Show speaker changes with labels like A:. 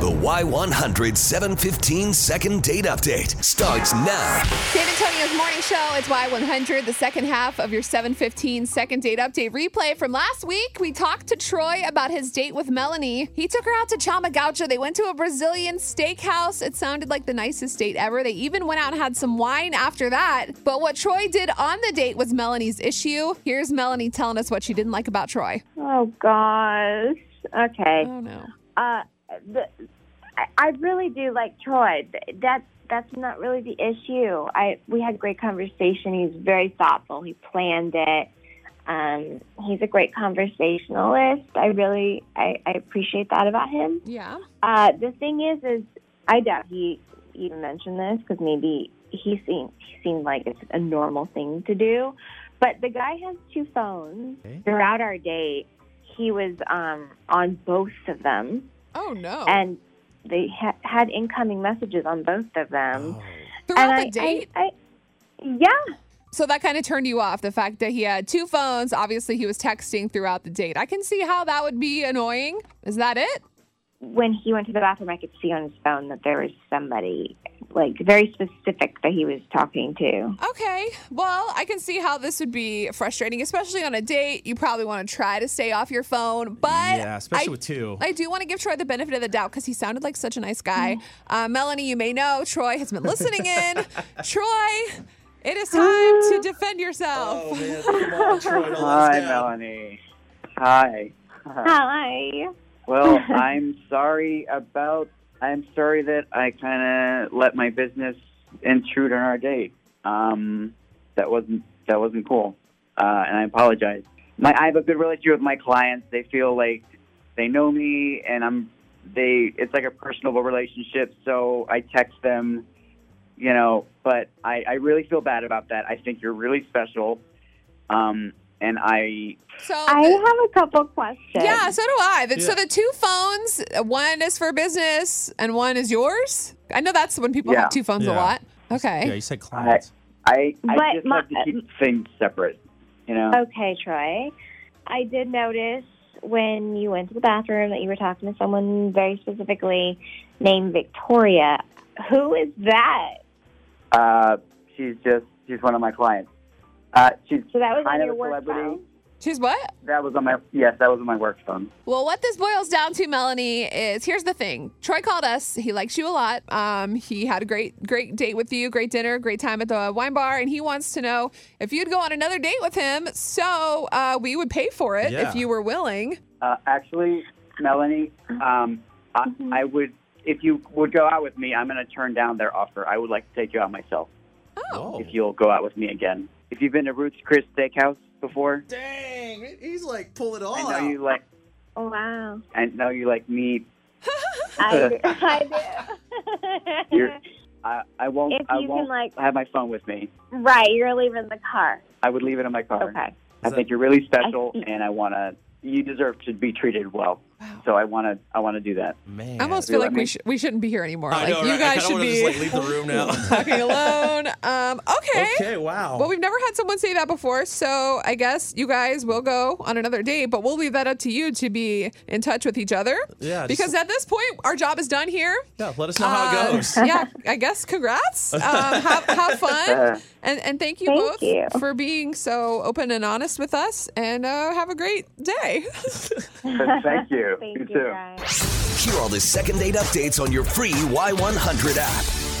A: The Y100 715 second date update starts now.
B: San Antonio's morning show. It's Y100, the second half of your 715 second date update replay from last week. We talked to Troy about his date with Melanie. He took her out to Chamagaucha. They went to a Brazilian steakhouse. It sounded like the nicest date ever. They even went out and had some wine after that. But what Troy did on the date was Melanie's issue. Here's Melanie telling us what she didn't like about Troy.
C: Oh gosh. Okay.
B: Oh no.
C: Uh, the, I, I really do like Troy. Th- That that's not really the issue. I we had a great conversation. He was very thoughtful. He planned it. Um, he's a great conversationalist. I really I, I appreciate that about him.
B: Yeah.
C: Uh, the thing is, is I doubt he even mentioned this because maybe he seemed he seemed like it's a normal thing to do. But the guy has two phones. Throughout our date, he was um, on both of them,
B: Oh no.
C: and they ha- had incoming messages on both of them.
B: Throughout
C: and
B: the
C: I- I-
B: date?
C: I- yeah,
B: So that kind of turned you off the fact that he had two phones. Obviously, he was texting throughout the date. I can see how that would be annoying. Is that it?
C: when he went to the bathroom, I could see on his phone that there was somebody like very specific that he was talking to.
B: Okay. Well, I can see how this would be frustrating, especially on a date. You probably want to try to stay off your phone, but
D: Yeah, especially
B: I-
D: with two.
B: I do want to give Troy the benefit of the doubt because he sounded like such a nice guy.
D: Mm-hmm.
B: Uh, Melanie, you may know Troy has been listening in. Troy, it is time to defend yourself.
D: man, come on, Troy, don't let us
E: Hi,
D: down.
E: Melanie. Hi.
C: Hi.
E: Well, I'm sorry about. I'm sorry that I kind of let my business intrude on our date. Um, that wasn't that wasn't cool, uh, and I apologize. My I have a good relationship with my clients. They feel like they know me, and I'm they. It's like a personal relationship. So I text them, you know. But I, I really feel bad about that. I think you're really special, um, and I
B: So
C: I have a couple questions.
B: Yeah, so do I. The- So
D: Yeah.
B: the two phones, uh, one is for business and one is yours. I know that's when people
E: Yeah.
B: have two phones a
D: Yeah.
B: lot.
D: Yeah,
B: Okay.
D: you said clients.
E: I,
C: But
E: I just
C: my-
E: have to keep things separate, you know.
C: Okay, Troy. I did notice when you went to the bathroom that you were talking to someone very specifically named Victoria. Who is that?
E: Uh, she's just she's one of my clients. Uh, she's
C: So that was on
E: kind of
C: your
E: a
C: work
E: celebrity.
C: phone?
B: She's what?
E: That was on my yes, that was on my work phone.
B: Well, what this boils down to, Melanie, is here's the thing. Troy called us. He likes you a lot. Um, he had a great, great date with you, great dinner, great time at the wine bar, and he wants to know if you'd go on another date with him. So uh, we would pay for it
D: Yeah.
B: if you were willing.
E: Uh, actually, Melanie, um, I,
C: Mm-hmm.
E: I would if you would go out with me, I'm going to turn down their offer. I would like to take you out myself
D: Oh.
E: if you'll go out with me again. If you've been to Roots Chris Steakhouse before,
D: Dang, he's like pull it all
E: I know
D: out.
E: you like
C: Oh, wow.
E: I know you like meat.
C: I do. I do.
E: You're- I, I won't
C: If
E: I
C: you can,
E: won't
C: like-
E: have my phone with me.
C: right, you're leaving the car.
E: I would leave it in my car.
C: Okay.
E: I
D: that-
E: think you're really special,
C: I-
E: and I want to. You deserve to be treated well. So I want to. I want to do that.
D: Man.
B: I almost
E: Do
B: feel
E: you
B: like
E: let
B: we,
E: me-
B: sh- we shouldn't be here anymore.
D: I
B: like
D: know,
B: you
D: right? I
B: guys
D: kinda
B: should
D: wanna
B: be
D: just like leave the room now.
B: talking alone. Um,
D: okay, wow.
B: Well, we've never had someone say that before, so I guess you guys will go on another date, but we'll leave that up to you to be in touch with each other.
D: Yeah, just-
B: Because at this point, our job is done here.
D: yeah, let us know how
B: Uh,
D: it goes.
B: yeah, I guess congrats. Um, have, have fun. And, and thank you
C: Thank
B: both
C: you.
B: for being so open and honest with us. And uh, have a great day.
E: But thank you.
C: Thank you,
E: too.
C: guys.
A: Hear all the second date updates on your free Y100 app.